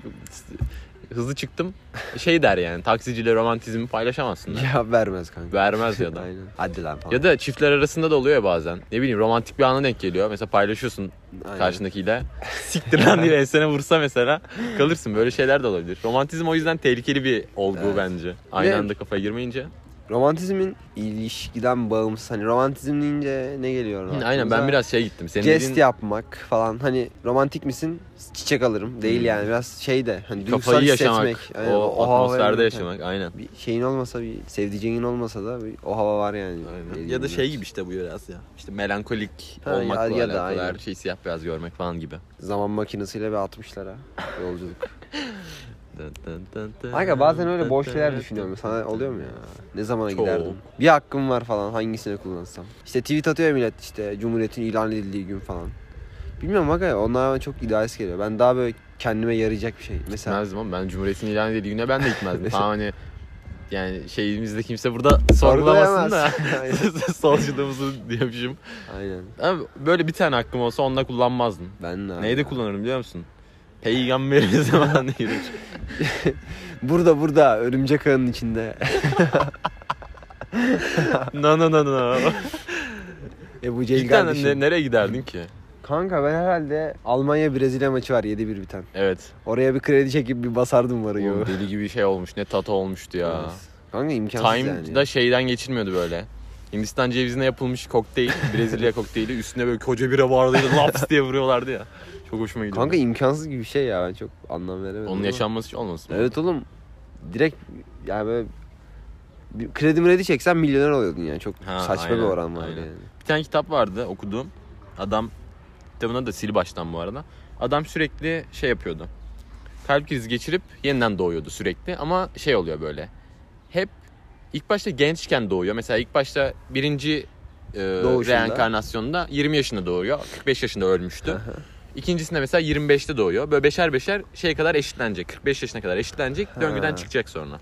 Speaker 2: hızlı çıktım. Şey der yani taksiciyle romantizmi paylaşamazsın. da.
Speaker 1: Cevap vermez kanka.
Speaker 2: Vermez ya da.
Speaker 1: Aynen. Hadi lan falan.
Speaker 2: Ya da çiftler arasında da oluyor ya bazen. Ne bileyim romantik bir ana denk geliyor. Mesela paylaşıyorsun
Speaker 1: Aynen.
Speaker 2: karşındakiyle. Siktir lan diye ensene vursa mesela. Kalırsın böyle şeyler de olabilir. Romantizm o yüzden tehlikeli bir olgu
Speaker 1: Evet.
Speaker 2: bence. Aynı
Speaker 1: Ve-
Speaker 2: anda kafaya girmeyince.
Speaker 1: Romantizmin ilişkiden bağımsız. Hani romantizm deyince ne geliyor?
Speaker 2: Hı, Aynen
Speaker 1: aklımıza?
Speaker 2: ben biraz şey gittim. Senin
Speaker 1: Jest
Speaker 2: dediğin-
Speaker 1: yapmak falan. Hani romantik misin? Çiçek alırım. Değil
Speaker 2: Hmm.
Speaker 1: yani. Biraz şey de. Hani duygusal
Speaker 2: Kafayı yaşamak,
Speaker 1: hissetmek. Aynen,
Speaker 2: o,
Speaker 1: hava
Speaker 2: atmosferde
Speaker 1: evet.
Speaker 2: yaşamak aynen.
Speaker 1: Bir şeyin olmasa, bir sevdiceğin olmasa da bir o hava var yani. Dediğim
Speaker 2: Ya da
Speaker 1: gibi.
Speaker 2: şey gibi işte bu biraz ya. İşte melankolik
Speaker 1: Ha, ya-
Speaker 2: olmakla
Speaker 1: ya da
Speaker 2: alakalı her
Speaker 1: aynen.
Speaker 2: şeyi siyah beyaz görmek falan gibi.
Speaker 1: Zaman makinesiyle bir 60'lara yolculuk.
Speaker 2: Dın dın dın dın
Speaker 1: Kanka bazen öyle
Speaker 2: dın
Speaker 1: boş
Speaker 2: dın
Speaker 1: şeyler
Speaker 2: dın
Speaker 1: düşünüyorum.
Speaker 2: dın
Speaker 1: Sana
Speaker 2: dın
Speaker 1: oluyor mu ya? Ne zamana
Speaker 2: Çok.
Speaker 1: giderdim? Bir hakkım var falan hangisini kullansam. İşte tweet atıyor millet işte Cumhuriyet'in ilan edildiği gün falan. Bilmiyorum aga onlar bana çok idealist geliyor. Ben daha böyle kendime yarayacak bir şey. Mesela
Speaker 2: Gitmezdim ama ben Cumhuriyet'in ilan edildiği güne ben de gitmezdim. Tamam hani yani şeyimizde kimse burada sorgulamasın da
Speaker 1: Aynen.
Speaker 2: solculuğumuzu diyormuşum.
Speaker 1: Aynen.
Speaker 2: Abi böyle bir tane hakkım olsa onunla kullanmazdım.
Speaker 1: Ben de. abi.
Speaker 2: Neyde kullanırım biliyor musun? Peygamberimiz zamanı yürür.
Speaker 1: Burada burada örümcek ağının içinde.
Speaker 2: No no no no.
Speaker 1: Ebu Cehil
Speaker 2: Cidden
Speaker 1: kardeşim.
Speaker 2: ne, nereye giderdin ki?
Speaker 1: Kanka ben herhalde Almanya Brezilya maçı var 7-1 biten.
Speaker 2: Evet.
Speaker 1: Oraya bir kredi çekip bir basardım varı
Speaker 2: Oğlum
Speaker 1: gibi.
Speaker 2: deli gibi şey olmuş. Ne tata olmuştu ya.
Speaker 1: Kanka imkansız yani.
Speaker 2: Time'da şeyden geçilmiyordu böyle. Hindistan cevizine yapılmış kokteyl, Brezilya kokteyli üstüne böyle koca bira bardağıyla laps diye vuruyorlardı ya. Çok hoşuma gidiyor.
Speaker 1: Kanka imkansız gibi bir şey ya ben çok anlam veremedim.
Speaker 2: onun
Speaker 1: ama.
Speaker 2: yaşanması hiç olmasın.
Speaker 1: Evet oğlum direkt yani böyle bir kredi mredi çeksen milyoner oluyordun yani çok
Speaker 2: Ha,
Speaker 1: saçma
Speaker 2: aynen,
Speaker 1: bir oran var
Speaker 2: aynen.
Speaker 1: yani.
Speaker 2: Bir tane kitap vardı okuduğum. Adam kitabına da sil baştan bu arada. Adam sürekli şey yapıyordu. Kalp krizi geçirip yeniden doğuyordu sürekli ama şey oluyor böyle. Hep ilk başta gençken doğuyor. Mesela ilk başta birinci e,
Speaker 1: Doğuşunda.
Speaker 2: reenkarnasyonunda 20 yaşında doğuyor. 45 yaşında ölmüştü. İkincisinde mesela 25'te doğuyor. Böyle beşer beşer şey kadar eşitlenecek. 45 yaşına kadar eşitlenecek. Döngüden
Speaker 1: Ha.
Speaker 2: çıkacak sonra.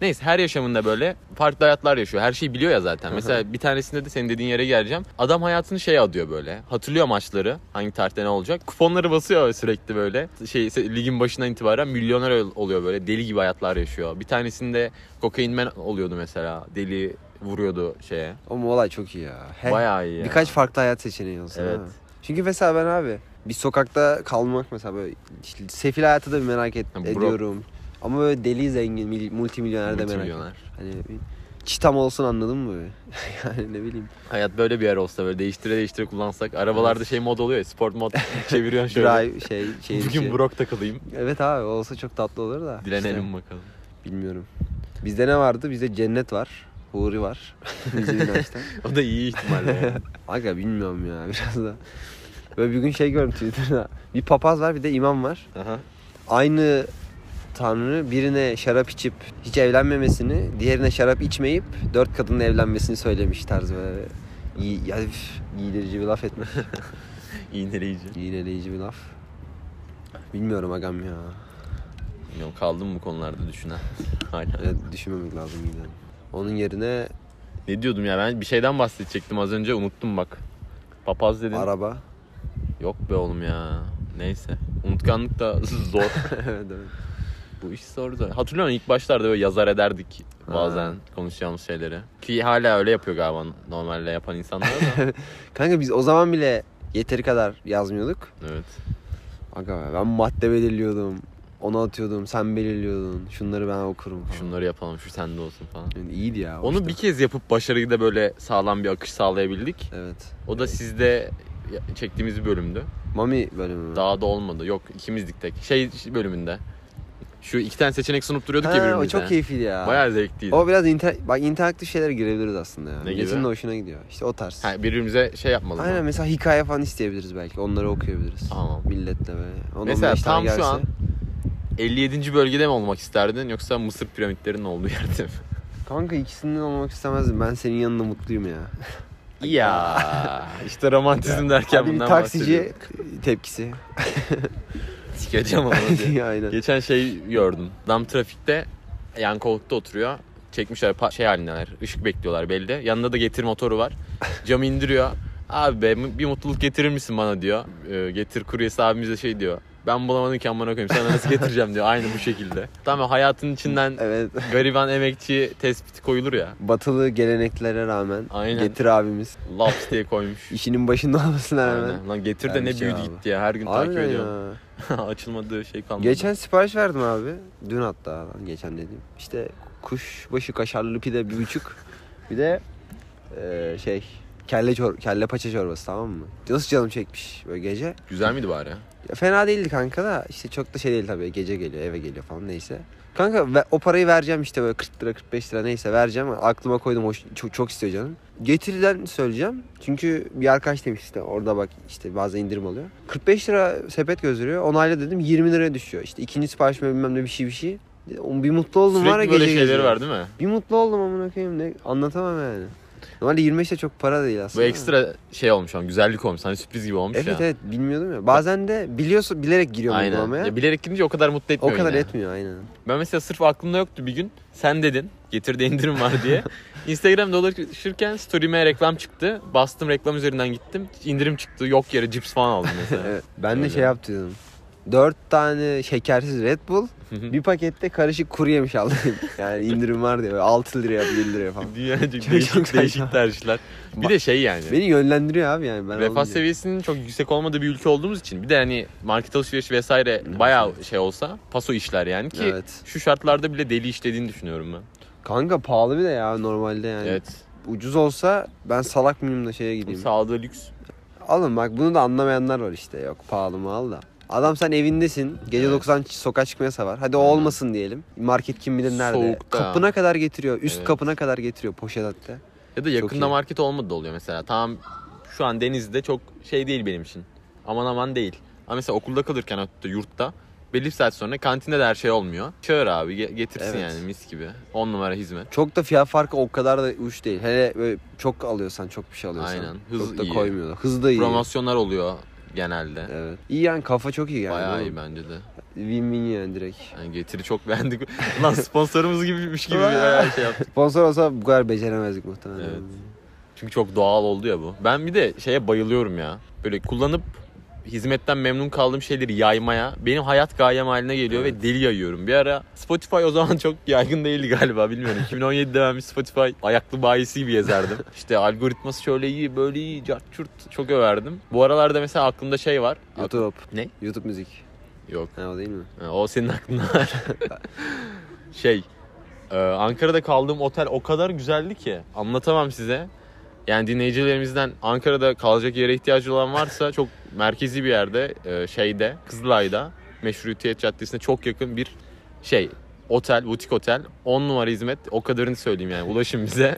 Speaker 2: Neyse her yaşamında böyle farklı hayatlar yaşıyor. Her şeyi biliyor ya zaten. Mesela bir tanesinde de senin dediğin yere geleceğim. Adam hayatını şey adıyor böyle. Hatırlıyor maçları. Hangi tarihte ne olacak. Kuponları basıyor sürekli böyle. Şey se- ligin başından itibaren milyoner ol- oluyor böyle. Deli gibi hayatlar yaşıyor. Bir tanesinde kokain men oluyordu mesela. Deli vuruyordu şeye.
Speaker 1: Oğlum o olay çok iyi ya. He-
Speaker 2: Bayağı iyi. ya.
Speaker 1: Birkaç farklı hayat seçeneği olsun
Speaker 2: Evet.
Speaker 1: ha. Çünkü mesela ben abi bir sokakta kalmak mesela böyle işte sefil hayatı da bir merak et,
Speaker 2: Ha, bro.
Speaker 1: ediyorum. Ama böyle deli zengin mil- multimilyoner de merak ediyorum.
Speaker 2: Multimilyoner.
Speaker 1: Hani bir çitam olsun anladın mı? böyle? yani ne bileyim.
Speaker 2: Hayat böyle bir yer olsa böyle değiştire değiştire kullansak. Arabalarda şey mod oluyor ya sport mod çeviriyorsun şöyle.
Speaker 1: Drive şey şey.
Speaker 2: Bugün
Speaker 1: şey.
Speaker 2: Brock takılayım.
Speaker 1: Evet abi olsa çok tatlı olur da.
Speaker 2: Direnelim
Speaker 1: İşte,
Speaker 2: bakalım.
Speaker 1: bilmiyorum. Bizde ne vardı? Bizde cennet var. Huri var. Bizim inançta.
Speaker 2: O da iyi ihtimalle. yani.
Speaker 1: Aga bilmiyorum ya biraz da. Böyle bir gün şey gördüm Twitter'da. Bir papaz var bir de imam var.
Speaker 2: Aha.
Speaker 1: Aynı tanrı birine şarap içip hiç evlenmemesini, diğerine şarap içmeyip dört kadınla evlenmesini söylemiş tarzı böyle. İyi, ya, üf, iğneleyici bir laf etmiş.
Speaker 2: İğneleyici.
Speaker 1: İğneleyici bir laf. Bilmiyorum agam ya.
Speaker 2: Bilmiyorum kaldım bu konularda düşünen. Hala.
Speaker 1: Evet, düşünmemek lazım yine. Onun yerine
Speaker 2: Ne diyordum ya ben bir şeyden bahsedecektim az önce unuttum bak. Papaz dedin.
Speaker 1: araba.
Speaker 2: Yok be oğlum ya. Neyse. Unutkanlık da zor.
Speaker 1: evet evet.
Speaker 2: bu iş zor zor. Hatırlıyor musun ilk başlarda böyle yazar ederdik bazen konuşacağımız şeyleri. Ki hala öyle yapıyor galiba normalde yapan insanlar da.
Speaker 1: Kanka biz o zaman bile yeteri kadar yazmıyorduk.
Speaker 2: evet.
Speaker 1: Aga be, ben madde belirliyordum. Onu atıyordum, sen belirliyordun. Şunları ben okurum falan.
Speaker 2: Şunları yapalım şu sende olsun falan.
Speaker 1: Yani iyiydi ya.
Speaker 2: Onu
Speaker 1: hoştu.
Speaker 2: bir kez yapıp başarıyı da böyle sağlam bir akış sağlayabildik.
Speaker 1: Evet.
Speaker 2: O da sizde ya- çektiğimiz bir bölümdü.
Speaker 1: Mami bölümü. mü?
Speaker 2: Daha da olmadı. Yok ikimizdik tek. Şey bölümünde. Şu iki tane seçenek sunup duruyorduk ya
Speaker 1: Ha, o
Speaker 2: birbirimize.
Speaker 1: çok keyifliydi ya.
Speaker 2: Bayağı zevkliydi.
Speaker 1: O biraz inter bak interaktif şeylere girebiliriz aslında ya.
Speaker 2: Ne gibi?
Speaker 1: Milletin de hoşuna gidiyor. İşte o tarz.
Speaker 2: Ha, birbirimize şey yapmalı.
Speaker 1: Aynen mesela hikaye falan isteyebiliriz belki. Onları okuyabiliriz.
Speaker 2: Tamam.
Speaker 1: Milletle böyle. On-
Speaker 2: Mesela
Speaker 1: 15 tane
Speaker 2: tam
Speaker 1: gelse-
Speaker 2: şu an 57. bölgede mi olmak isterdin yoksa Mısır piramitlerinin olduğu yerde mi?
Speaker 1: Kanka ikisinden olmak istemezdim. Ben senin yanında mutluyum ya.
Speaker 2: ya işte romantizm derken
Speaker 1: Hadi bir
Speaker 2: bundan
Speaker 1: taksici
Speaker 2: bahsediyorduk.
Speaker 1: tepkisi.
Speaker 2: Sikeceğim onu diye.
Speaker 1: Aynen.
Speaker 2: Geçen şey gördüm. Adam trafikte yan koltukta oturuyor. Çekmişler pa- şey halindeler. Işık bekliyorlar belli. Yanında da getir motoru var. Camı indiriyor. Abi be, m- bir mutluluk getirir misin bana diyor. Ee, getir kuryesi abimiz de şey diyor. Ben bulamadım ki amına koyayım sana nasıl getireceğim diyor. Aynı bu şekilde. Tamam hayatın içinden
Speaker 1: Evet.
Speaker 2: gariban emekçi tespiti koyulur ya.
Speaker 1: Batılı geleneklere rağmen
Speaker 2: Aynen.
Speaker 1: Getir abimiz.
Speaker 2: Laps diye koymuş.
Speaker 1: işinin başında olmasına rağmen.
Speaker 2: Aynen. Lan getir de
Speaker 1: Yani
Speaker 2: ne
Speaker 1: şey
Speaker 2: büyüdü
Speaker 1: abi.
Speaker 2: gitti ya. Her gün takip
Speaker 1: Harbiden
Speaker 2: ediyorum.
Speaker 1: ya.
Speaker 2: Açılmadığı şey kalmadı.
Speaker 1: Geçen sipariş verdim abi. Dün hatta lan geçen dediğim. İşte kuşbaşı kaşarlı pide bir buçuk. Bir de eee, şey kelle çor kelle paça çorbası tamam mı? Nasıl canım çekmiş böyle gece.
Speaker 2: Güzel miydi bari?
Speaker 1: Ya fena değildi kanka da işte çok da şey değil tabii gece geliyor eve geliyor falan neyse. Kanka ve- o parayı vereceğim işte böyle 40 lira 45 lira neyse vereceğim aklıma koydum hoş, çok, çok istiyor canım. Getiriden söyleyeceğim çünkü bir arkadaş demiş işte orada bak işte bazen indirim oluyor. 45 lira sepet gözdürüyor onayla dedim 20 liraya düşüyor işte ikinci sipariş mi bilmem ne bir şey bir şey. Bir mutlu oldum var ya
Speaker 2: Sürekli
Speaker 1: gece
Speaker 2: böyle şeyleri
Speaker 1: gece.
Speaker 2: var değil mi?
Speaker 1: Bir mutlu oldum amına koyayım ne anlatamam yani. Normalde 25 de çok para değil
Speaker 2: Bu
Speaker 1: aslında.
Speaker 2: ekstra şey olmuş ama güzellik olmuş. Hani sürpriz gibi olmuş
Speaker 1: Evet
Speaker 2: ya.
Speaker 1: evet bilmiyordum ya. Bazen de biliyorsun bilerek giriyorum
Speaker 2: Aynen.
Speaker 1: uygulamaya.
Speaker 2: Ya bilerek gidince o kadar mutlu
Speaker 1: O
Speaker 2: etmiyor
Speaker 1: kadar
Speaker 2: yine.
Speaker 1: etmiyor aynen.
Speaker 2: Ben mesela sırf aklımda yoktu bir gün. Sen dedin. Getir de indirim var diye. Instagram dolaşırken story'ime reklam çıktı. Bastım reklam üzerinden gittim. İndirim çıktı. Yok yere cips falan aldım mesela.
Speaker 1: Evet, ben de
Speaker 2: Öyle.
Speaker 1: şey yaptıydım. Dört tane şekersiz Red Bull, bir pakette karışık kuru yemiş aldım. yani indirim var diye. böyle 6 liraya 1 liraya falan.
Speaker 2: Dünyaca
Speaker 1: Çok-
Speaker 2: değişik,
Speaker 1: çok saçma.
Speaker 2: değişik tercihler. Bir de şey yani.
Speaker 1: Beni yönlendiriyor abi yani. Ben
Speaker 2: Refah
Speaker 1: alınca.
Speaker 2: seviyesinin çok yüksek olmadığı bir ülke olduğumuz için bir de hani market alışverişi vesaire bayağı şey olsa paso işler yani ki
Speaker 1: Evet.
Speaker 2: şu şartlarda bile deli işlediğini düşünüyorum ben.
Speaker 1: Kanka pahalı bir de ya normalde yani.
Speaker 2: Evet.
Speaker 1: Ucuz olsa ben salak mıyım da şeye gideyim.
Speaker 2: Sağlığı lüks.
Speaker 1: Alın bak bunu da anlamayanlar var işte. Yok pahalı mı al da. Adam sen evindesin. Gece
Speaker 2: Evet.
Speaker 1: 90 sokağa çıkmaya var. Hadi o
Speaker 2: Aynen.
Speaker 1: olmasın diyelim. Market kim bilir nerede.
Speaker 2: Soğukta.
Speaker 1: Kapına kadar getiriyor. Üst
Speaker 2: Evet.
Speaker 1: kapına kadar getiriyor poşet hatta.
Speaker 2: Ya da yakında
Speaker 1: iyi.
Speaker 2: market olmadı da oluyor mesela. Tamam şu an denizde çok şey değil benim için. Aman aman değil. Ama mesela okulda kalırken hatta yurtta belli bir saat sonra kantinde de her şey olmuyor. Çağır abi ge- getirsin
Speaker 1: Evet.
Speaker 2: yani mis gibi. 10 numara hizmet.
Speaker 1: Çok da fiyat farkı o kadar da uç değil. Hele böyle çok alıyorsan, çok bir şey alıyorsan.
Speaker 2: Aynen. Hız
Speaker 1: çok da
Speaker 2: iyi.
Speaker 1: koymuyorlar. Hız da iyi.
Speaker 2: Promosyonlar oluyor genelde.
Speaker 1: Evet. İyi yani kafa çok iyi yani.
Speaker 2: Bayağı iyi
Speaker 1: oğlum.
Speaker 2: bence de.
Speaker 1: Win-win yani direkt.
Speaker 2: Yani getiri çok beğendik. Lan sponsorumuz gibiymiş gibi bayağı şey yaptık.
Speaker 1: Sponsor olsa bu kadar beceremezdik muhtemelen.
Speaker 2: Evet. Çünkü çok doğal oldu ya bu. Ben bir de şeye bayılıyorum ya. Böyle kullanıp hizmetten memnun kaldığım şeyleri yaymaya benim hayat gayem haline geliyor ve deli yayıyorum. Bir ara Spotify o zaman çok yaygın değildi galiba bilmiyorum. 2017'de ben bir Spotify ayaklı bayisi gibi gezerdim. işte algoritması şöyle iyi böyle iyi cart çurt çok överdim. Bu aralarda mesela aklımda şey var.
Speaker 1: YouTube.
Speaker 2: Ne?
Speaker 1: YouTube müzik.
Speaker 2: Yok
Speaker 1: Ha, o değil mi?
Speaker 2: Ha, Ee, O senin aklında var. şey, e, Ankara'da kaldığım otel o kadar güzeldi ki anlatamam size. Yani dinleyicilerimizden Ankara'da kalacak yere ihtiyacı olan varsa çok merkezi bir yerde, e, şeyde, Kızılay'da, Meşrutiyet Caddesi'ne çok yakın bir şey. Otel, butik otel. 10 numara hizmet. O kadarını söyleyeyim yani. Ulaşın bize.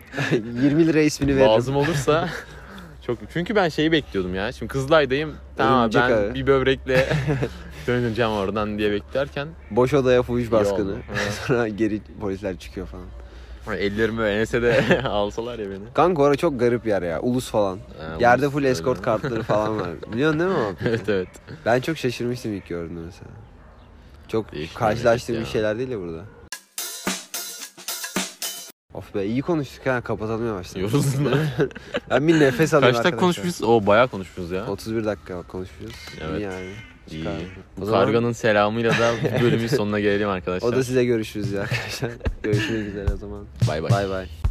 Speaker 1: 20 lira ismini veririm.
Speaker 2: Lazım olursa. Çok çünkü ben şeyi bekliyordum ya. Şimdi Kızılay'dayım. Tamam abi,
Speaker 1: Örümcek
Speaker 2: ben
Speaker 1: abi.
Speaker 2: bir böbrekle döneceğim oradan diye beklerken
Speaker 1: Boş odaya fuhuş
Speaker 2: İyi
Speaker 1: baskını.
Speaker 2: oldu. Evet.
Speaker 1: Sonra geri polisler çıkıyor falan.
Speaker 2: Hani Ellerimi ensede alsalar ya beni.
Speaker 1: Kanka orası çok garip yer ya. Ulus falan.
Speaker 2: Ha,
Speaker 1: Yerde
Speaker 2: ulus
Speaker 1: full
Speaker 2: öyle.
Speaker 1: escort kartları falan var. Biliyorsun değil mi o?
Speaker 2: evet evet.
Speaker 1: Ben çok şaşırmıştım ilk gördüğümde mesela. Çok
Speaker 2: Değişik
Speaker 1: karşılaştığım
Speaker 2: memleket ya.
Speaker 1: şeyler değil ya burada. Of be iyi konuştuk ha kapatalım yavaştan.
Speaker 2: Yoruldun mu?
Speaker 1: Ben bir nefes alayım
Speaker 2: Kaç dakika
Speaker 1: arkadaşlar.
Speaker 2: konuşmuşuz? Oo bayağı konuşmuşuz ya.
Speaker 1: 31 dakika konuşuyoruz.
Speaker 2: Evet.
Speaker 1: İyi yani.
Speaker 2: İyi.
Speaker 1: Çıkar.
Speaker 2: Bu
Speaker 1: O zaman-
Speaker 2: karganın selamıyla da bu bölümün sonuna gelelim arkadaşlar.
Speaker 1: O da size görüşürüz ya arkadaşlar. Görüşmek üzere o zaman.
Speaker 2: Bay bay.
Speaker 1: Bay bay.